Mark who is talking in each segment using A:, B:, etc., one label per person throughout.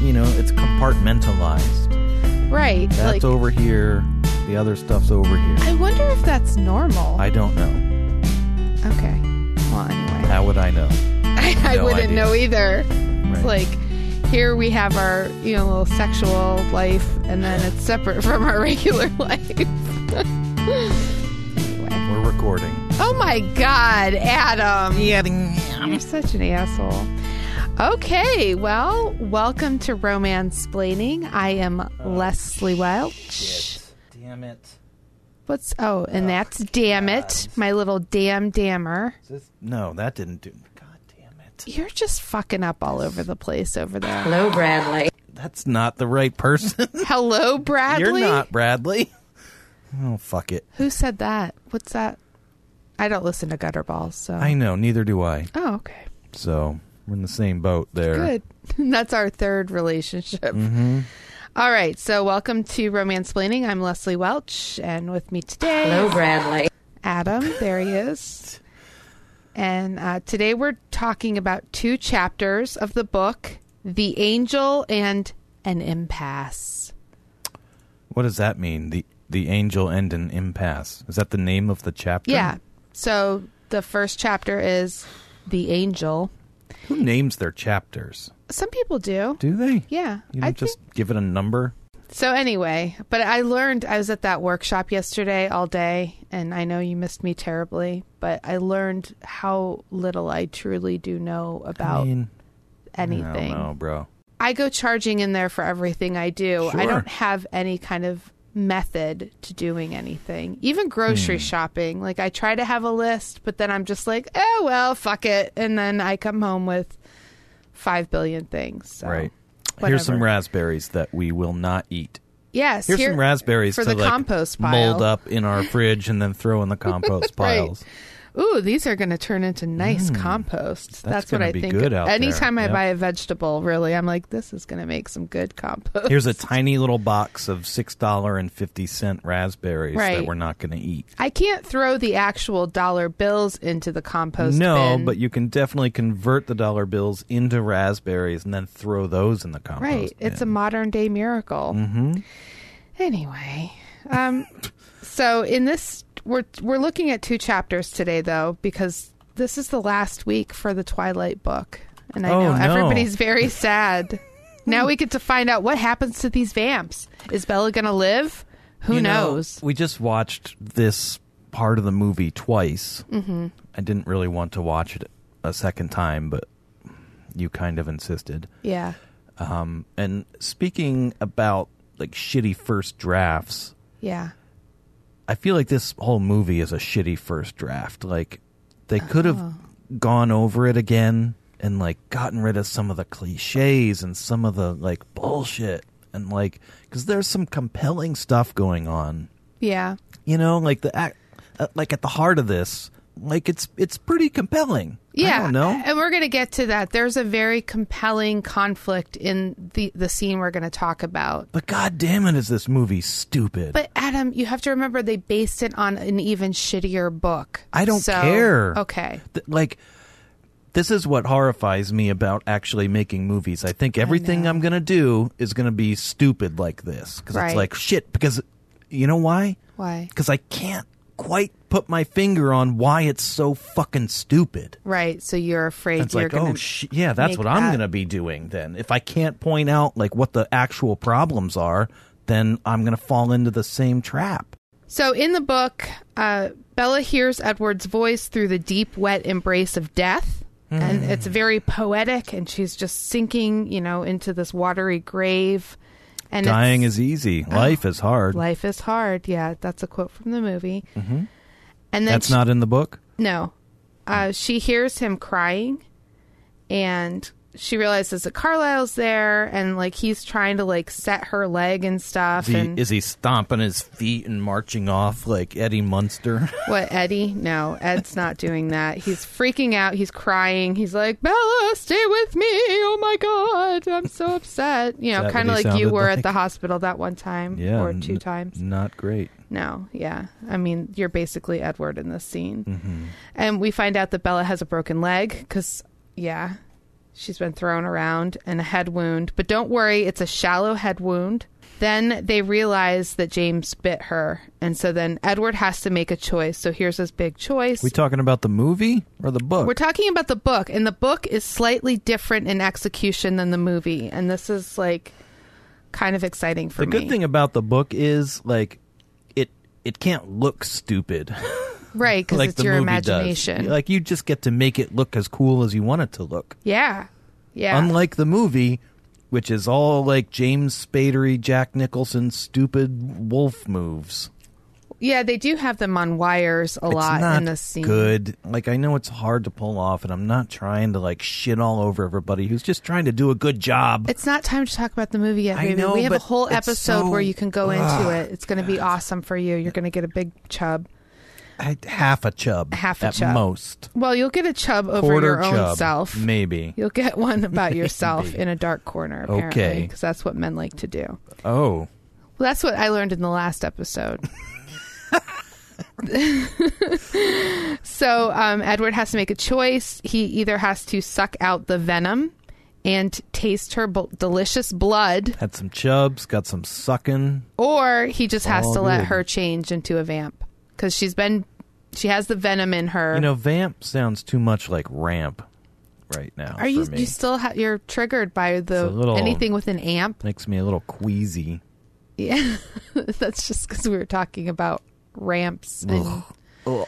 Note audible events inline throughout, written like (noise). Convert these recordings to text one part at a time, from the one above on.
A: you know, it's compartmentalized.
B: Right.
A: That's
B: like,
A: over here. The other stuff's over here.
B: I wonder if that's normal.
A: I don't know.
B: okay. Well, anyway,
A: How would I know?
B: (laughs) I,
A: no
B: wouldn't
A: idea.
B: know either.
A: Right.
B: It's like here we have our you know little sexual life, and then it's separate (laughs) from our regular life. anyway.
A: We're recording.
B: Oh my God, Adam.
A: Yeah.
B: You're such an asshole. Okay, well, welcome to Romance Splaining. I am Leslie Welch.
A: Damn it.
B: What's oh, and that's damn it, my little damn dammer.
A: Is this- No, that didn't do. God damn it.
B: You're just fucking up all over the place over there.
C: Hello, Bradley.
A: That's not the right person. (laughs)
B: Hello, Bradley.
A: You're not Bradley. Oh, fuck it.
B: Who said that? What's that? I don't listen to Gutterballs, so.
A: I know, neither do I.
B: oh, okay.
A: So we're in the same boat there.
B: Good. (laughs) That's our third relationship.
A: Mm-hmm.
B: All right. So, welcome to Romance Planning. I'm Leslie Welch, and with me today,
C: Hello, Bradley.
B: Adam. There he is. And uh, today we're talking about two chapters of the book, The Angel and An Impasse.
A: What does that mean? The the angel and an impasse. Is that the name of the chapter?
B: Yeah. So, the first chapter is The Angel.
A: Who names their chapters?
B: Some people do.
A: Do they?
B: Yeah.
A: You don't
B: I
A: just give it a number.
B: So anyway, but I learned I was at that workshop yesterday all day and I know you missed me terribly, but I learned how little I truly do know about
A: I mean, I don't
B: anything.
A: know, bro.
B: I go charging in there for everything I do. I
A: Sure.
B: don't have any kind of method to doing anything. Even
A: Hmm.
B: grocery shopping, like I try to have a list, but then I'm just like, "Oh well, fuck it." And then I come home with 5 billion things. So,
A: right.
B: whatever.
A: Here's some raspberries that we will not eat.
B: Yes,
A: Here's
B: here-
A: some raspberries
B: for
A: to
B: the
A: like
B: compost pile.
A: mold up in our fridge and then throw in
B: (laughs)
A: the compost
B: Right.
A: piles.
B: Ooh, these are going to turn into nice compost. That's, what
A: Hmm. gonna
B: I
A: be
B: think.
A: good out there.
B: Anytime I
A: Yep.
B: buy a vegetable, really, I'm like, this is going to make some good compost. (laughs)
A: Here's a tiny little box of six dollar and fifty cent raspberries
B: Right.
A: that we're not going to eat.
B: I can't throw the actual dollar bills into the compost
A: no,
B: bin.
A: but you can definitely convert the dollar bills into raspberries and then throw those in the compost.
B: right, it's a
A: bin.
B: modern day miracle.
A: Mm.
B: Mm-hmm. Anyway, um, (laughs) so in this, we're we're looking at two chapters today, though, because this is the last week for the Twilight book, and I
A: Oh,
B: know
A: no.
B: everybody's very sad. now we get to find out what happens to these vamps. Is Bella gonna live? Who
A: You know,
B: knows?
A: we just watched this part of the movie twice. Mm-hmm. I didn't really want to watch it a second time, but you kind of insisted.
B: yeah.
A: Um, and speaking about like shitty first drafts,
B: Yeah.
A: I feel like this whole movie is a shitty first draft. Like they could have
B: Oh.
A: gone over it again and like gotten rid of some of the cliches and some of the like bullshit and like cuz there's some compelling stuff going on.
B: Yeah.
A: You know, like the ac- uh, like at the heart of this, like it's it's pretty compelling.
B: Yeah,
A: I don't know.
B: and we're going to get to that. There's a very compelling conflict in the the scene we're going to talk about.
A: But god damn it is this movie stupid.
B: But Adam, you have to remember they based it on an even shittier book.
A: I don't
B: So-
A: care.
B: Okay.
A: Th- like this is what horrifies me about actually making movies. I think everything I'm going to do is going to be stupid like this cuz
B: Right.
A: it's like shit because you know why?
B: Why?
A: Cuz I can't quite put my finger on why it's so fucking stupid.
B: Right. So you're afraid
A: It's
B: you're
A: like,
B: going
A: oh, sh- yeah, that's
B: make
A: what I'm
B: that-
A: going to be doing then. If I can't point out like what the actual problems are, then I'm going to fall into the same trap.
B: So in the book, uh, Bella hears Edward's voice through the deep, wet embrace of death.
A: Hmm.
B: And it's very poetic, and she's just sinking, you know, into this watery grave. And it's- Oh,
A: Dying is easy, life is hard.
B: life is hard. Yeah, that's a quote from the movie. Mm-hmm. And then
A: that's
B: she-
A: not in the book.
B: No. Uh, she hears him crying and she realizes that Carlisle's there and like he's trying to like set her leg and stuff
A: Is he,
B: and
A: is he stomping his feet and marching off like Eddie
B: (laughs)
A: Munster?
B: what Eddie? No, Ed's not doing that. He's freaking out, he's crying, he's like, Bella, stay with me. Oh my god, I'm so upset. You know,
A: that what
B: kinda
A: he
B: like you
A: sounded
B: were at
A: like?
B: the hospital that one time or two times.
A: Not great.
B: No, yeah. I mean, you're basically Edward
A: Mm-hmm.
B: in this scene. And we find out that Bella has a broken leg because, yeah, She's been thrown around and a head wound, but don't worry, it's a shallow head wound. Then they realize that James bit her, and so then Edward has to make a choice. So here's his big choice.
A: We talking about the movie or the book?
B: We're talking about the book, and the book is slightly different in execution than the movie, and this is like kind of exciting for
A: the
B: me.
A: good thing about the book is like it it can't look stupid (laughs)
B: right? Because
A: like
B: it's
A: the
B: your
A: movie
B: imagination.
A: does. Like you just get to make it look as cool as you want it to look.
B: yeah, yeah.
A: Unlike the movie, which is all like James Spadery, Jack Nicholson, stupid wolf moves.
B: yeah, they do have them on wires a lot
A: it's not
B: in this scene.
A: good. Like I know it's hard to pull off, and I'm not trying to like shit all over everybody who's just trying to do a good job.
B: It's not time to talk about the movie yet,
A: I
B: baby.
A: know,
B: we have a
A: but
B: whole
A: it's
B: episode
A: so-
B: where you can go into
A: Ugh.
B: it. It's going to be awesome for you. You're going to get a big chub.
A: I- half a chub,
B: Half a
A: at
B: chub.
A: most,
B: Well, you'll get a chub over
A: quarter
B: your own
A: chub,
B: self.
A: maybe.
B: You'll get
A: (laughs)
B: one about yourself in a dark corner, apparently,
A: Okay.
B: because that's what men like to do.
A: Oh,
B: Well, that's what I learned in the
A: (laughs)
B: last episode. so um, Edward has to make a choice. He either has to suck out the venom and taste her bl- delicious blood,
A: had some chubs, got some sucking.
B: or he just has
A: All
B: to let
A: Oh, good.
B: her change into a vamp because she's been she has the venom in her.
A: You know, vamp sounds too much like ramp right now.
B: Are you
A: for me.
B: you still ha- you're triggered by
A: a
B: the
A: little-
B: anything with an amp?
A: Makes me a little queasy.
B: Yeah, (laughs) that's just because we were talking about ramps. And, Uh,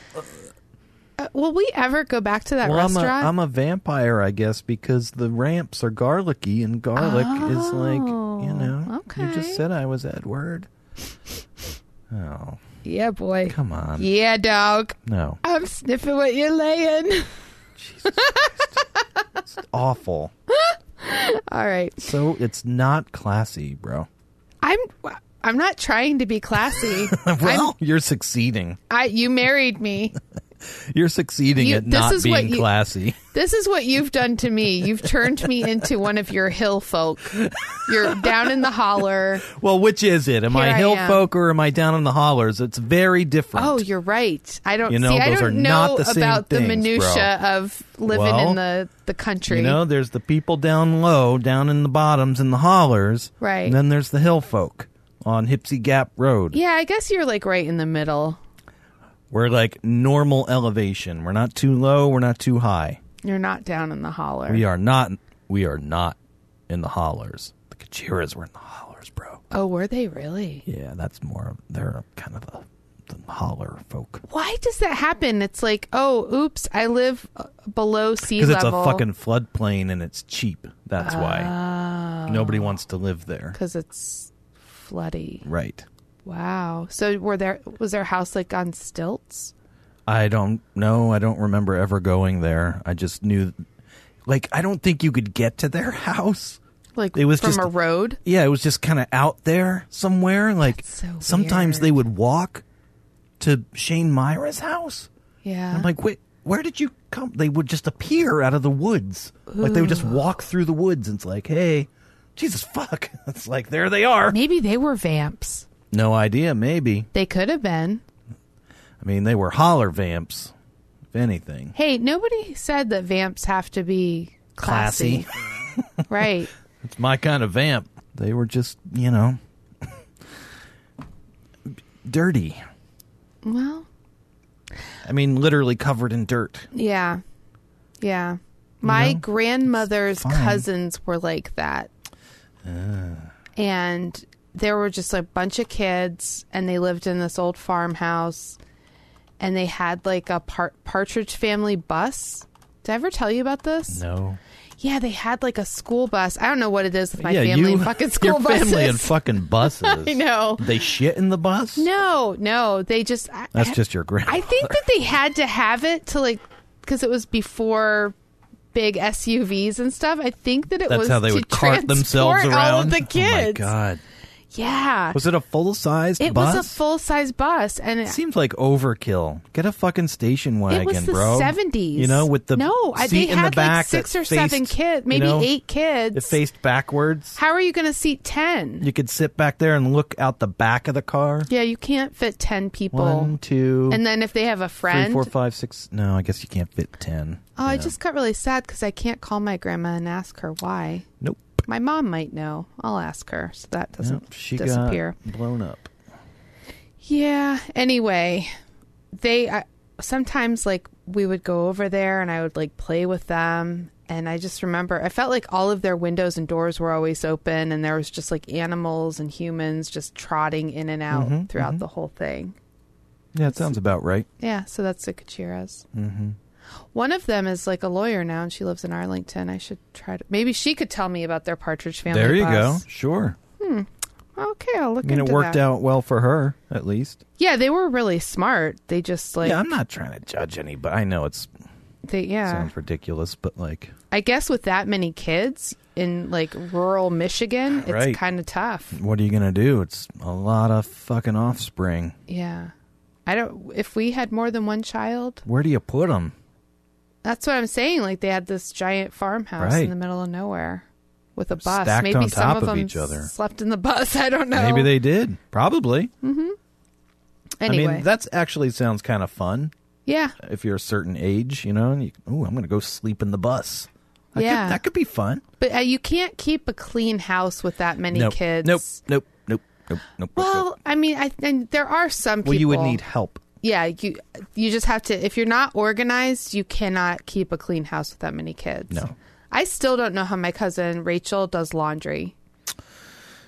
B: will we ever go back to that
A: well, I'm a,
B: restaurant?
A: I'm a vampire, I guess, because the ramps are garlicky, and garlic is like, you know, you
B: Oh, okay.
A: just said I was Edward. Oh,
B: yeah, boy.
A: come on.
B: Yeah, dog.
A: No.
B: I'm sniffing what you're laying. (laughs)
A: Jesus Christ. it's awful.
B: All right,
A: So it's not classy, bro.
B: I'm. I'm not trying to be classy.
A: (laughs) Well, you're succeeding.
B: I'm, I you married me.
A: You're succeeding
B: You-
A: at
B: this
A: not
B: is what
A: being
B: you-
A: classy.
B: This is what you've done to me. You've turned me into one of your hill folk. You're down in the holler.
A: Well, which is it? Am I
B: Here I
A: hill
B: am.
A: folk or am I down in the hollers? It's very different.
B: Oh, you're right. I don't
A: You know,
B: see. I
A: those
B: don't
A: are
B: know
A: not the same
B: about the
A: things,
B: minutia of living
A: Well,
B: in the the country.
A: You know, there's the people down low, down in the bottoms and the hollers.
B: Right.
A: And then there's the hill folk on Hipsy Gap Road.
B: yeah, I guess you're like right in the middle.
A: We're like normal elevation. We're not too low, we're not too high.
B: You're not down in the holler.
A: We are not we are not in the hollers. The Kachiras were in the hollers, bro.
B: Oh, were they really?
A: Yeah, that's more they're kind of the, the holler folk.
B: Why does that happen? It's like, oh, oops, I live uh, below sea
A: Because it's a
B: level. Uh,
A: fucking floodplain and it's cheap. That's why.
B: Oh.
A: Nobody wants to live there.
B: because it's floody.
A: Right.
B: Wow. So were there was their house like on stilts?
A: I don't know. I don't remember ever going there. I just knew, like, I don't think you could get to their (laughs) house.
B: Like
A: It was
B: from
A: just-
B: a road?
A: Yeah, it was just kind of out there somewhere. Like,
B: That's so
A: sometimes
B: weird.
A: they would walk to Shane Myra's house.
B: Yeah.
A: I'm like, wait, where did you come? They would just appear out of the woods. Like, they would just walk through the woods, and it's like, hey, Jesus fuck. (laughs) It's like, there they are.
B: Maybe they were vamps.
A: No idea, maybe.
B: They could have been.
A: I mean, they were holler vamps, if anything.
B: Hey, nobody said that vamps have to be classy.
A: Classy.
B: (laughs) right.
A: It's my kind of vamp. They were just, you know, dirty.
B: Well,
A: I mean, literally covered in dirt.
B: yeah. Yeah. My
A: know,
B: grandmother's
A: fine. Ah.
B: cousins were like that. And there were just a bunch of kids, and they lived in this old farmhouse, and they had like a par- partridge family bus. Did I ever tell you about this?
A: No.
B: Yeah, they had like a school bus. I don't know what it is with my
A: yeah,
B: family
A: you
B: and fucking
A: (laughs)
B: school
A: your
B: buses.
A: family and fucking buses.
B: (laughs) I know.
A: They shit in the bus.
B: No, no, they just. I,
A: That's just your grandma.
B: I think that they had to have it to like because it was before big SUVs and stuff. I think that it
A: That's
B: was
A: how they
B: to
A: would cart themselves
B: transport
A: around.
B: all of the
A: Oh my
B: kids.
A: god.
B: Yeah.
A: Was it a full sized
B: it
A: bus?
B: was a full size bus and
A: It
B: it,
A: seems like overkill. Get a fucking station wagon,
B: it was the
A: bro.
B: 70s.
A: You know, with the
B: No, I- they
A: seat in
B: had
A: the back
B: like six
A: that
B: or seven
A: faced,
B: kids,
A: you
B: maybe
A: know,
B: eight kids.
A: It faced backwards.
B: How are you going to seat 10?
A: You could sit back there and look out the back of the car.
B: yeah, you can't fit 10 people.
A: One, two,
B: and then if they have a friend,
A: three, four, five, six. No, I guess you can't fit ten.
B: Oh, I
A: Yeah.
B: just got really sad because I can't call my grandma and ask her why.
A: nope.
B: My mom might know. I'll ask her so that doesn't
A: Nope. She
B: disappear.
A: got blown up.
B: Yeah. Anyway, they I, sometimes like we would go over there and I would like play with them. And I just remember I felt like all of their windows and doors were always open, and there was just like animals and humans just trotting in and out
A: Mhm,
B: throughout
A: mhm.
B: the whole thing.
A: Yeah, it sounds about right.
B: Yeah, so that's the Kachiras.
A: hmm
B: One of them is like a lawyer now, and she lives in Arlington. I should try to. Maybe she could tell me about their Partridge Family.
A: There you go.
B: bus.
A: Sure.
B: Okay, I'll look.
A: I mean, it
B: into
A: worked
B: that.
A: out well for her, at least.
B: Yeah, they were really smart. They just like
A: yeah, I'm not trying to judge anybody. I know it's
B: they yeah.
A: sounds ridiculous, but like,
B: I guess with that many kids in like rural Michigan, it's
A: Right.
B: kind of tough.
A: what are you gonna do? It's a lot of fucking offspring.
B: Yeah. I don't if we had more than one child.
A: Where do you put them?
B: That's what I'm saying. Like they had this giant farmhouse
A: Right.
B: in the middle of nowhere with a bus.
A: Stacked
B: Maybe
A: on
B: some
A: top
B: of,
A: of
B: them
A: each other.
B: slept in the bus. (laughs) I don't know.
A: Maybe they did. Probably.
B: Anyway,
A: I mean, that's actually sounds kind of fun
B: yeah.
A: if you're a certain age, you know. And you, oh, I'm gonna go sleep in the bus. That
B: Yeah.
A: could, that could be fun.
B: But uh, you can't keep a clean house with that many
A: nope.
B: kids.
A: Nope. Nope. Nope. Nope. Nope. nope.
B: Well, I mean, I and there are some people.
A: well, you would need help.
B: yeah you you just have to if you're not organized you cannot keep a clean house with that many kids
A: No.
B: i still don't know how my cousin rachel does laundry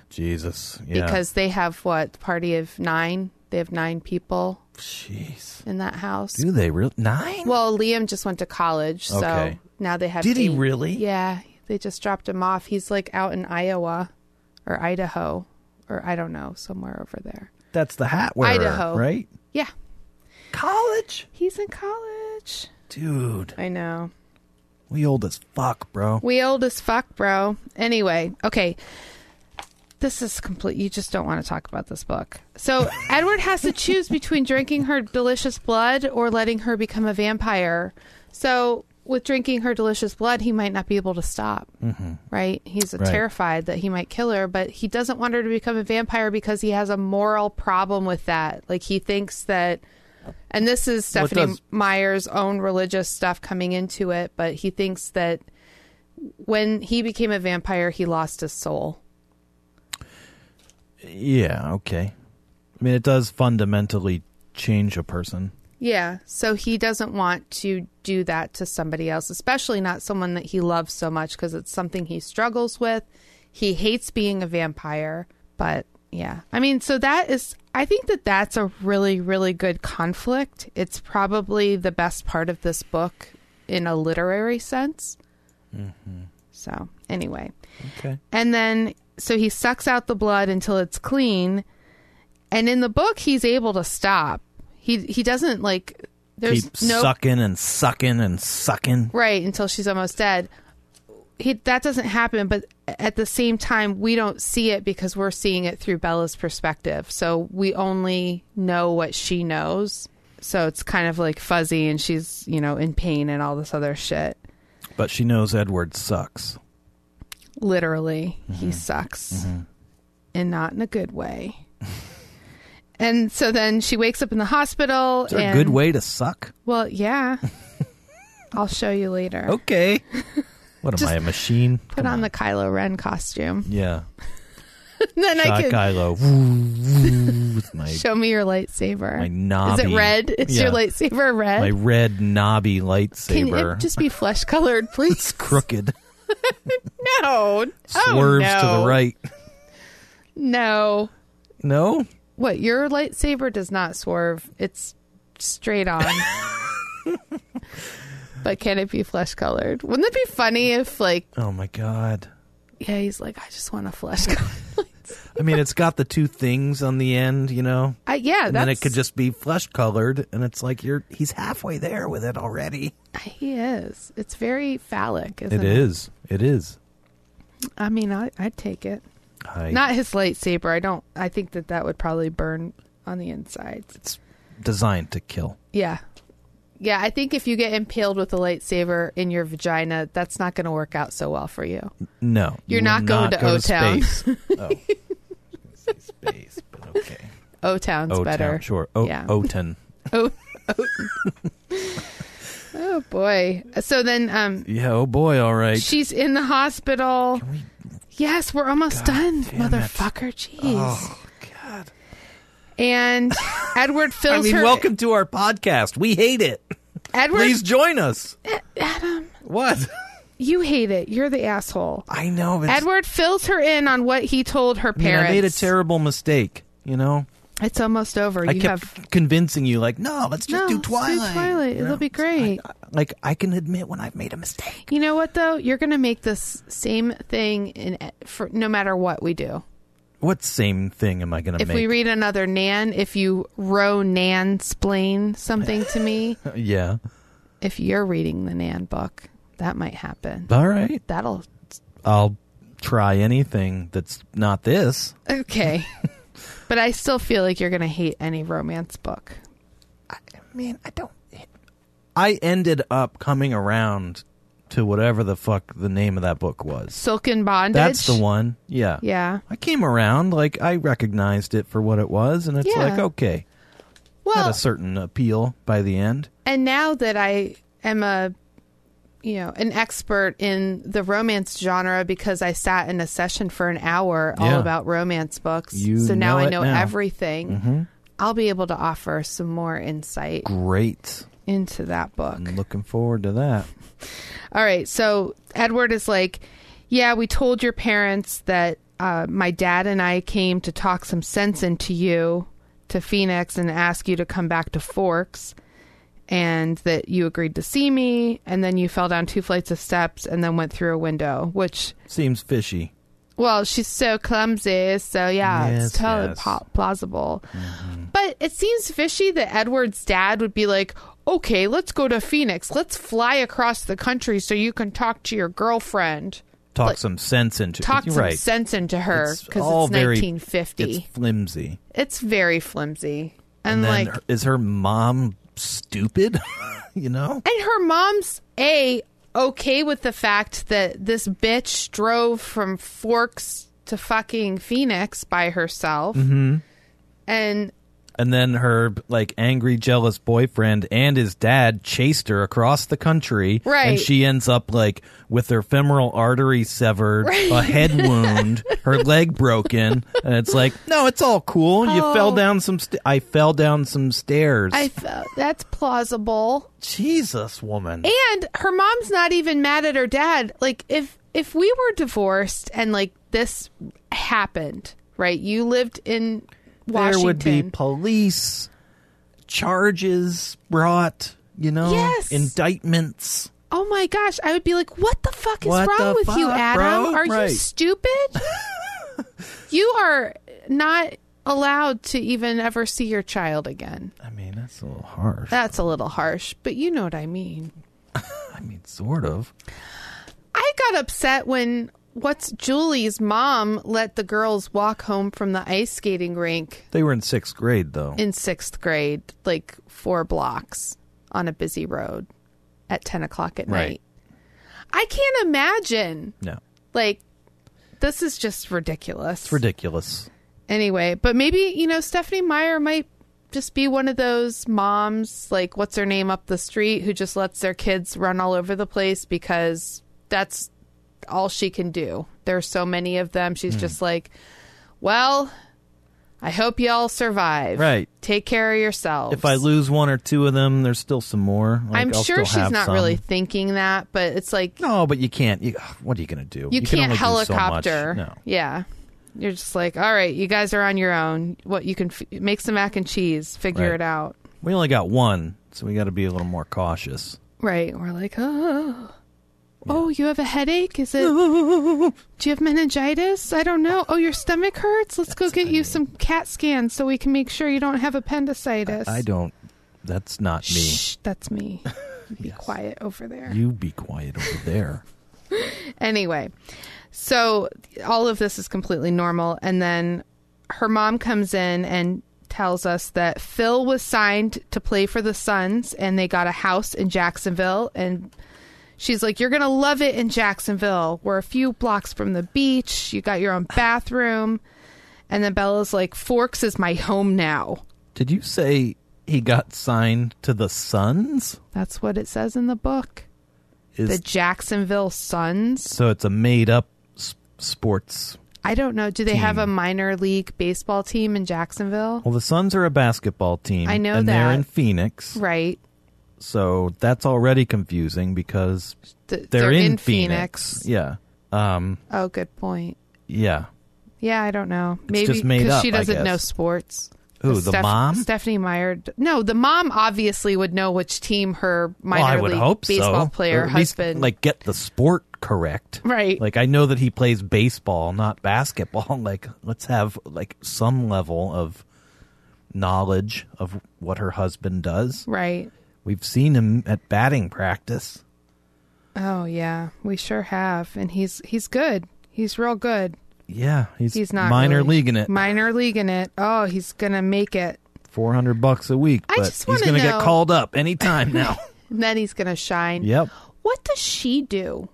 A: Jesus. Yeah.
B: because they have what party of nine they have nine people
A: jeez,
B: in that house
A: do they really nine?
B: well liam just went to college
A: Okay.
B: so now they have
A: Did he
B: eight.
A: really?
B: yeah they just dropped him off he's like out in iowa or idaho or i don't know somewhere over there
A: That's the hat wearer,
B: Idaho.
A: right?
B: yeah
A: College,
B: he's in college
A: dude.
B: i know
A: We old as fuck, bro.
B: We old as fuck, bro. Anyway, okay. This is complete. You just don't want to talk about this book.
A: (laughs)
B: So Edward has to choose between drinking her delicious blood or letting her become a vampire. So with drinking her delicious blood, he might not be able to stop. Right? He's
A: Mm-hmm. Right.
B: terrified that he might kill her, but he doesn't want her to become a vampire because he has a moral problem with that. Like he thinks that. And this is
A: Well, it
B: Stephanie
A: does-
B: Meyer's own religious stuff coming into it, but he thinks that when he became a vampire, he lost his soul.
A: Yeah. Okay. I mean, it does fundamentally change a person.
B: Yeah. So he doesn't want to do that to somebody else, especially not someone that he loves so much because it's something he struggles with. He hates being a vampire, but yeah. I mean, so that is, I think that that's a really, really good conflict. It's probably the best part of this book in a literary sense. So, anyway.
A: Okay.
B: And then, so he sucks out the blood until it's clean. And in the book, he's able to stop. He he doesn't like. There's
A: Keep
B: no
A: sucking and sucking and sucking.
B: right until she's almost dead. He, that doesn't happen, but at the same time, we don't see it because we're seeing it through Bella's perspective. So we only know what she knows. So it's kind of like fuzzy, and she's you know in pain and all this other shit.
A: But she knows Edward sucks.
B: literally
A: Mm-hmm.
B: he sucks and not in a good way (laughs) and so then she wakes up in the hospital
A: Is there
B: and
A: a good way to suck? (laughs)
B: well yeah i'll show you later
A: Okay. (laughs) What am
B: Just
A: I, a machine?
B: put on the kylo ren costume (laughs)
A: yeah.
B: and then
A: Shot
B: i can (laughs)
A: Kylo. Woo, woo, with my
B: show me your lightsaber
A: my knobby.
B: is it red is your
A: Yeah.
B: lightsaber red
A: My red knobby
B: can
A: lightsaber.
B: it just be
A: (laughs)
B: flesh colored please
A: crooked.
B: no
A: Swerves
B: (laughs) oh,
A: to
B: no.
A: the right.
B: no
A: No?
B: What your lightsaber does not swerve; it's
A: (laughs)
B: straight on. but can it be flesh colored? Wouldn't it be funny if, like,
A: Oh my god.
B: yeah, he's like, I just want a flesh (laughs) color.
A: I mean it's got the two things on the end, you know?
B: I, yeah,
A: And
B: that's,
A: then it could just be flesh colored and it's like you're he's halfway there with it already.
B: He is. It's very phallic,
A: It
B: isn't it?
A: is. It is.
B: I mean, I, I'd take it.
A: I,
B: Not his lightsaber. I don't. I think that that would probably burn on the insides.
A: it's designed to kill.
B: Yeah. Yeah, I think if you get impaled with a lightsaber in your vagina, that's not going to work out so well for you.
A: No, you
B: You're not
A: will
B: going to
A: go
B: O-Town. (laughs)
A: space. oh, I was gonna say space, but okay.
B: O Town's
A: O-Town,
B: better.
A: sure. O-
B: Yeah.
A: Oten.
B: Oh boy. So then um
A: Yeah. Oh boy. All right.
B: she's in the hospital.
A: Can we-
B: Yes, we're almost
A: God
B: done,
A: damn it.
B: motherfucker. Jeez.
A: oh God. (laughs)
B: And Edward fills
A: I mean,
B: her
A: welcome to our podcast. We hate it.
B: Edward
A: Please join us.
B: Adam, (laughs)
A: What?
B: you hate it. You're the asshole.
A: I know. But it's-
B: Edward fills her in on what he told her
A: I mean,
B: parents.
A: I made a terrible mistake. You know,
B: it's almost over.
A: I
B: you
A: kept
B: have
A: convincing you, like, no, let's just
B: No,
A: do
B: let's do
A: Twilight.
B: Twilight.
A: you
B: It'll be great.
A: I- I- like, I can admit when I've made a mistake.
B: You know what though? You're going to make this same thing in for no matter what we do.
A: What same thing am I going to
B: If
A: make?
B: we read another Nan, if you row Nan splain something to me,
A: yeah.
B: if you're reading the Nan book, that might happen.
A: All right.
B: That'll
A: I'll try anything that's not this.
B: okay.
A: (laughs)
B: but I still feel like you're going to hate any romance book.
A: Man, I don't. I ended up coming around to whatever the fuck the name of that book was.
B: Silken bondage.
A: That's the one. Yeah.
B: Yeah.
A: I came around, like I recognized it for what it was, and it's
B: Yeah.
A: like okay, had
B: Well,
A: a certain appeal by the end.
B: and now that I am a you know, an expert in the romance genre because I sat in a session for an hour all
A: Yeah.
B: about romance books.
A: You
B: so now
A: know
B: I
A: it
B: know
A: now. Mm-hmm.
B: everything. I'll be able to offer some more insight
A: Great.
B: into that book.
A: I'm looking forward to that.
B: All right. So Edward is like, Yeah, we told your parents that uh, my dad and I came to talk some sense into you, to Phoenix, and ask you to come back to Forks, and that you agreed to see me. And then you fell down two flights of steps and then went through a window, which,
A: Seems fishy.
B: well, she's so clumsy. So yeah,
A: Yes,
B: it's totally
A: yes. Mm-hmm.
B: pla- plausible. But it seems fishy that Edward's dad would be like, okay, let's go to Phoenix. Let's fly across the country so you can talk to your girlfriend.
A: Talk
B: Like,
A: some sense into.
B: Talk
A: you're
B: some
A: right.
B: sense into her
A: It's
B: because it's,
A: all very-
B: 1950.
A: It's
B: It's,
A: flimsy.
B: very flimsy. And,
A: And, then
B: like,
A: her- is her mom stupid? (laughs) you know.
B: and her mom's A, okay with the fact that this bitch drove from Forks to fucking Phoenix by herself.
A: Mm-hmm.
B: And
A: And then her like angry, jealous boyfriend and his dad chased her across the country.
B: Right.
A: And she ends up like with her femoral artery severed, a head
B: (laughs)
A: wound, her leg broken, and it's like, no, it's all cool. You fell
B: Oh.
A: down some. St- I fell down some stairs.
B: I felt that's plausible.
A: Jesus, woman.
B: And her mom's not even mad at her dad. Like if if we were divorced and like this happened, right? You lived in Washington.
A: There would be police charges brought. You know,
B: Yes.
A: indictments.
B: oh my gosh, I would be like, "What the fuck is
A: What
B: wrong
A: the
B: with you,
A: fuck,
B: Adam?
A: bro?
B: Are
A: Right. (laughs)
B: you stupid? you are not allowed to even ever see your child again."
A: I mean, that's a little harsh.
B: That's a little harsh, but you know what I mean.
A: I mean, sort of.
B: I got upset when what's Julie's mom let the girls walk home from the ice skating rink
A: They were in sixth grade, though.
B: in sixth grade, like four blocks on a busy road at 10 o'clock at
A: Right.
B: night. I can't imagine.
A: no.
B: Like, this is just ridiculous.
A: It's ridiculous.
B: anyway, but maybe, you know, Stephanie Meyer might just be one of those moms, like, what's her name up the street, who just lets their kids run all over the place because that's all she can do. There's so many of them.
A: Hmm.
B: She's just like, well, I hope y'all survive.
A: Right.
B: Take care of yourselves.
A: If I lose one or two of them, there's still some more. Like,
B: I'm
A: I'll still
B: sure she's
A: have
B: not
A: some.
B: really thinking that, but it's like
A: No, but you can't. You, ugh, what are you going to do?
B: you,
A: can
B: can't
A: only do so much.
B: helicopter.
A: No.
B: Yeah. You're just like, all right, you guys are on your own. What you can f- make some mac and cheese, figure
A: Right.
B: it out.
A: We only got one, so we got to be a little more cautious.
B: Right. We're like, oh, oh, you have a headache? Is it? Do you have meningitis? I don't know. Oh, your stomach hurts. Let's go
A: That's- I
B: get you
A: mean-
B: some CAT scans so we can make sure you don't have appendicitis.
A: I don't. That's not me.
B: Shh, that's me. (laughs) You Be
A: Yes.
B: quiet over there.
A: You be quiet over there.
B: anyway, so all of this is completely normal. And then her mom comes in and tells us that Phil was signed to play for the Suns and they got a house in Jacksonville. And she's like, You're going to love it in Jacksonville. We're a few blocks from the beach. You got your own bathroom. And then Bella's like, Forks is my home now.
A: Did you say he got signed to the Suns?
B: That's what it says in the book.
A: Is
B: the Jacksonville Suns.
A: so it's a made up s- sports.
B: I don't know. Do they have
A: Team.
B: a minor league baseball team in Jacksonville?
A: Well, the Suns are a basketball team.
B: I know
A: and they're
B: that.
A: in Phoenix,
B: Right.
A: so that's already confusing because
B: Th-
A: they're, in,
B: Phoenix.
A: Yeah, um,
B: Oh, good point.
A: yeah.
B: Yeah, I don't know. Maybe
A: just made up,
B: she
A: I
B: doesn't
A: guess.
B: know sports.
A: Who the
B: Steph-
A: mom?
B: Stephanie Meyer. d- No, the mom obviously would know which team her minor
A: well, I would
B: league
A: hope
B: baseball
A: so.
B: player
A: Or at least,
B: husband.
A: like get the sport correct.
B: right.
A: Like I know that he plays baseball, not basketball. (laughs) Like let's have like some level of knowledge of what her husband does.
B: right.
A: We've seen him at batting practice.
B: Oh yeah, we sure have, and he's he's good. He's real good.
A: Yeah, he's,
B: He's not
A: minor
B: really-
A: leaguing it.
B: Minor league in it. Oh, he's gonna make it.
A: Four hundred bucks a week,
B: I
A: but
B: just
A: he's
B: wanna
A: gonna get
B: know-
A: called up anytime
B: (laughs)
A: now.
B: And then he's gonna shine.
A: yep.
B: What does she do?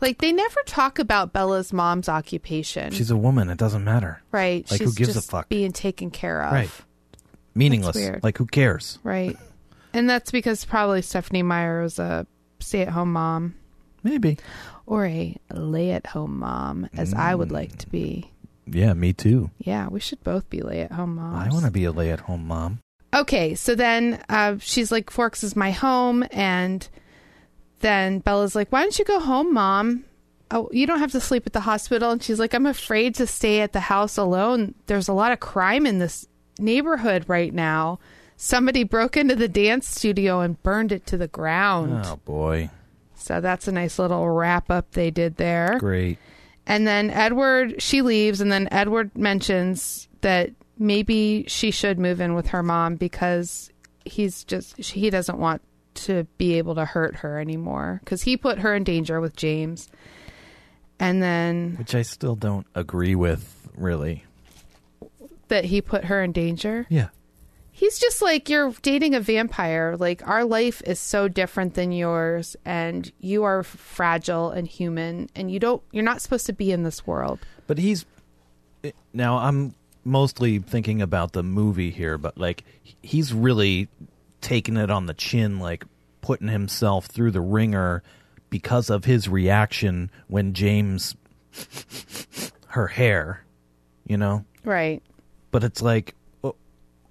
B: Like they never talk about Bella's mom's occupation.
A: She's a woman. It doesn't matter.
B: right.
A: like, who
B: She's
A: gives a
B: just
A: fuck?
B: being taken care of.
A: Right. Meaningless.
B: weird.
A: Like who cares?
B: Right. And that's because probably Stephanie Meyer was a stay at home mom
A: Maybe.
B: or a lay at home mom, as I
A: Mm.
B: would like to be.
A: Yeah, me too.
B: Yeah, we should both be lay at home moms.
A: I want to be a lay-at-home mom.
B: Okay, so then uh, she's like, Forks is my home. And then Bella's like, Why don't you go home, mom? Oh, you don't have to sleep at the hospital. And she's like, I'm afraid to stay at the house alone. There's a lot of crime in this neighborhood right now. Somebody broke into the dance studio and burned it to the ground.
A: Oh boy,
B: So that's a nice little wrap up they did there.
A: great.
B: And then Edward, she leaves, and then Edward mentions that maybe she should move in with her mom because he's just, she- he doesn't want to be able to hurt her anymore because he put her in danger with James. And then
A: Which I still don't agree with, really.
B: that he put her in danger.
A: Yeah.
B: He's just like, you're dating a vampire. Like, our life is so different than yours, and you are fragile and human, and you don't, you're not supposed to be in this world.
A: But he's eh, now I'm mostly thinking about the movie here, but like he's really taking it on the chin, like putting himself through the ringer because of his reaction when James (laughs) her hair, you know?
B: Right.
A: But it's like oh,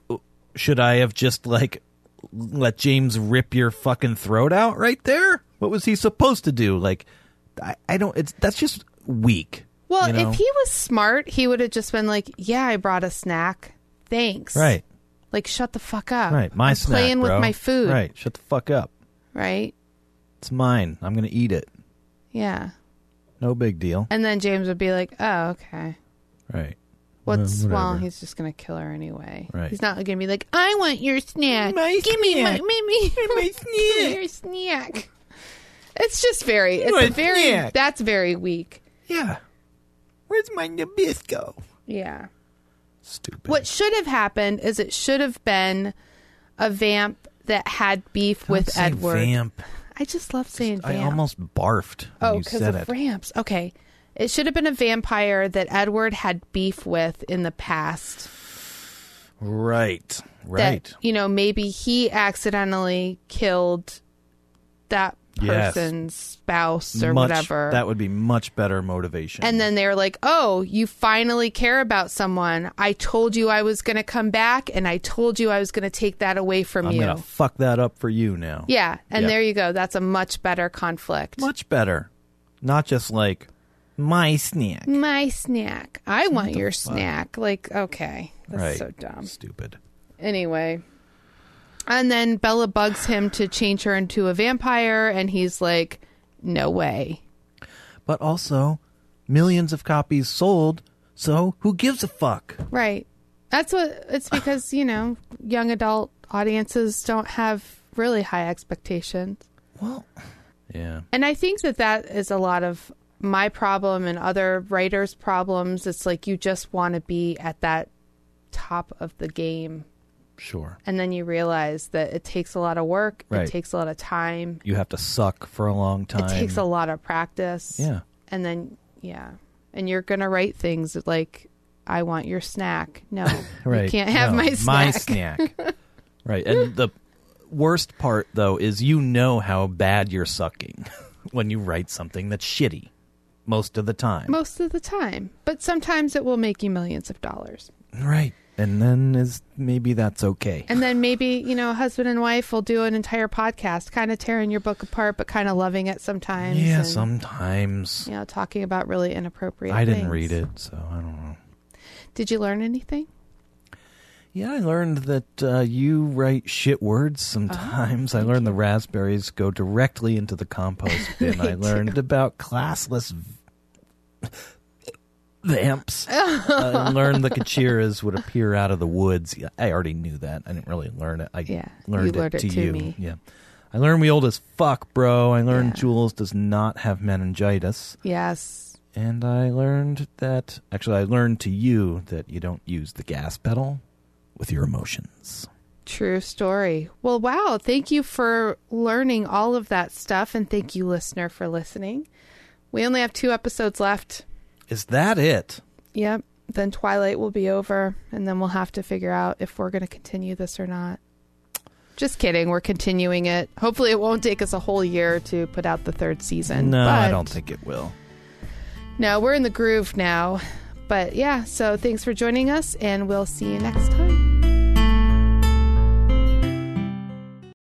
A: oh, should I have just like let James rip your fucking throat out right there? What was he supposed to do? Like I, I don't it's that's just weak.
B: Well,
A: you know?
B: if he was smart, he would have just been like, "Yeah, I brought a snack. Thanks."
A: Right.
B: Like, shut the fuck up.
A: Right, my
B: I'm
A: snack,
B: playing
A: bro.
B: with my food.
A: Right, shut the fuck up.
B: Right.
A: It's mine. I'm gonna eat it.
B: Yeah.
A: No big deal.
B: And then James would be like, "Oh, okay.
A: Right.
B: What's
A: Wha-
B: well?
A: whatever.
B: He's just gonna kill her anyway.
A: Right.
B: He's not gonna be like, "I want your snack.
A: My
B: Give me
A: snack.
B: my, give me
A: my
B: (laughs) give me your snack." It's just very. It's
A: My
B: very.
A: snack.
B: That's very weak.
A: Yeah. Where's my Nabisco?
B: Yeah.
A: Stupid.
B: What should have happened is it should have been a vamp that had beef
A: Don't
B: with
A: say
B: Edward.
A: Vamp.
B: I just love saying
A: I
B: vamp.
A: almost barfed when
B: oh,
A: you
B: because
A: said
B: of
A: it.
B: ramps. Okay. It should have been a vampire that Edward had beef with in the past.
A: right.
B: That,
A: Right.
B: you know, maybe he accidentally killed that
A: Yes.
B: person's spouse or
A: Much-
B: whatever.
A: That would be much better motivation.
B: and then they were like, oh, you finally care about someone. I told you I was going to come back and I told you I was going to take that away from
A: I'm
B: you.
A: gonna fuck that up for you now.
B: Yeah, and
A: Yeah.
B: there you go. That's a much better conflict.
A: Much better. Not just like my snack.
B: My snack. I want your snack. Like, okay, that's
A: right.
B: so dumb.
A: Stupid.
B: Anyway, and then Bella bugs him to change her into a vampire, and he's like, "No way."
A: But also, millions of copies sold. So who gives a fuck?
B: Right. That's what. It's because you know young adult audiences don't have really high expectations.
A: Well, Yeah.
B: And I think that that is a lot of my problem and other writers' problems. It's like you just want to be at that top of the game.
A: Sure.
B: And then you realize that it takes a lot of work,
A: Right.
B: it takes a lot of time,
A: You have to suck for a long time.
B: it takes a lot of practice.
A: Yeah.
B: And then, yeah. And you're going to write things that, like, I want your snack.
A: (laughs)
B: No,
A: Right.
B: you can't have
A: No,
B: my snack.
A: My
B: (laughs)
A: snack. right. And the worst part though is you know how bad you're sucking (laughs) when you write something that's shitty most of the time.
B: Most of the time. But sometimes it will make you millions of dollars.
A: right. And then is maybe that's okay.
B: And then
A: (sighs)
B: maybe, you know, husband and wife will do an entire podcast, kind of tearing your book apart, but kind of loving it sometimes.
A: yeah,
B: and,
A: sometimes.
B: You know, talking about really inappropriate
A: I didn't
B: things.
A: read it, so I don't know.
B: Did you learn anything?
A: Yeah, I learned that uh, you write shit words sometimes. I
B: Oh, thank
A: learned the raspberries go directly into the compost
B: (laughs)
A: bin. I learned about classless v-
B: (laughs)
A: vamps. I learned the kachiras would appear out of the woods. Yeah, I already knew that. I didn't really learn it. I
B: Yeah,
A: learned,
B: you learned
A: it, to
B: it to
A: you.
B: me.
A: Yeah. I learned we old as fuck, bro. I learned
B: Yeah.
A: Jules does not have meningitis.
B: Yes.
A: And I learned that, actually, I learned to you that you don't use the gas pedal with your emotions.
B: True story. Well, wow. Thank you for learning all of that stuff. And thank you, listener, for listening. We only have two episodes left.
A: Is that it?
B: Yep. Then Twilight will be over. And then we'll have to figure out if we're going to continue this or not. Just kidding. We're continuing it. Hopefully, it won't take us a whole year to put out the third season.
A: no, I
B: but-
A: don't think it will.
B: No, we're in the groove now. But yeah, so thanks for joining us, and we'll see you next time.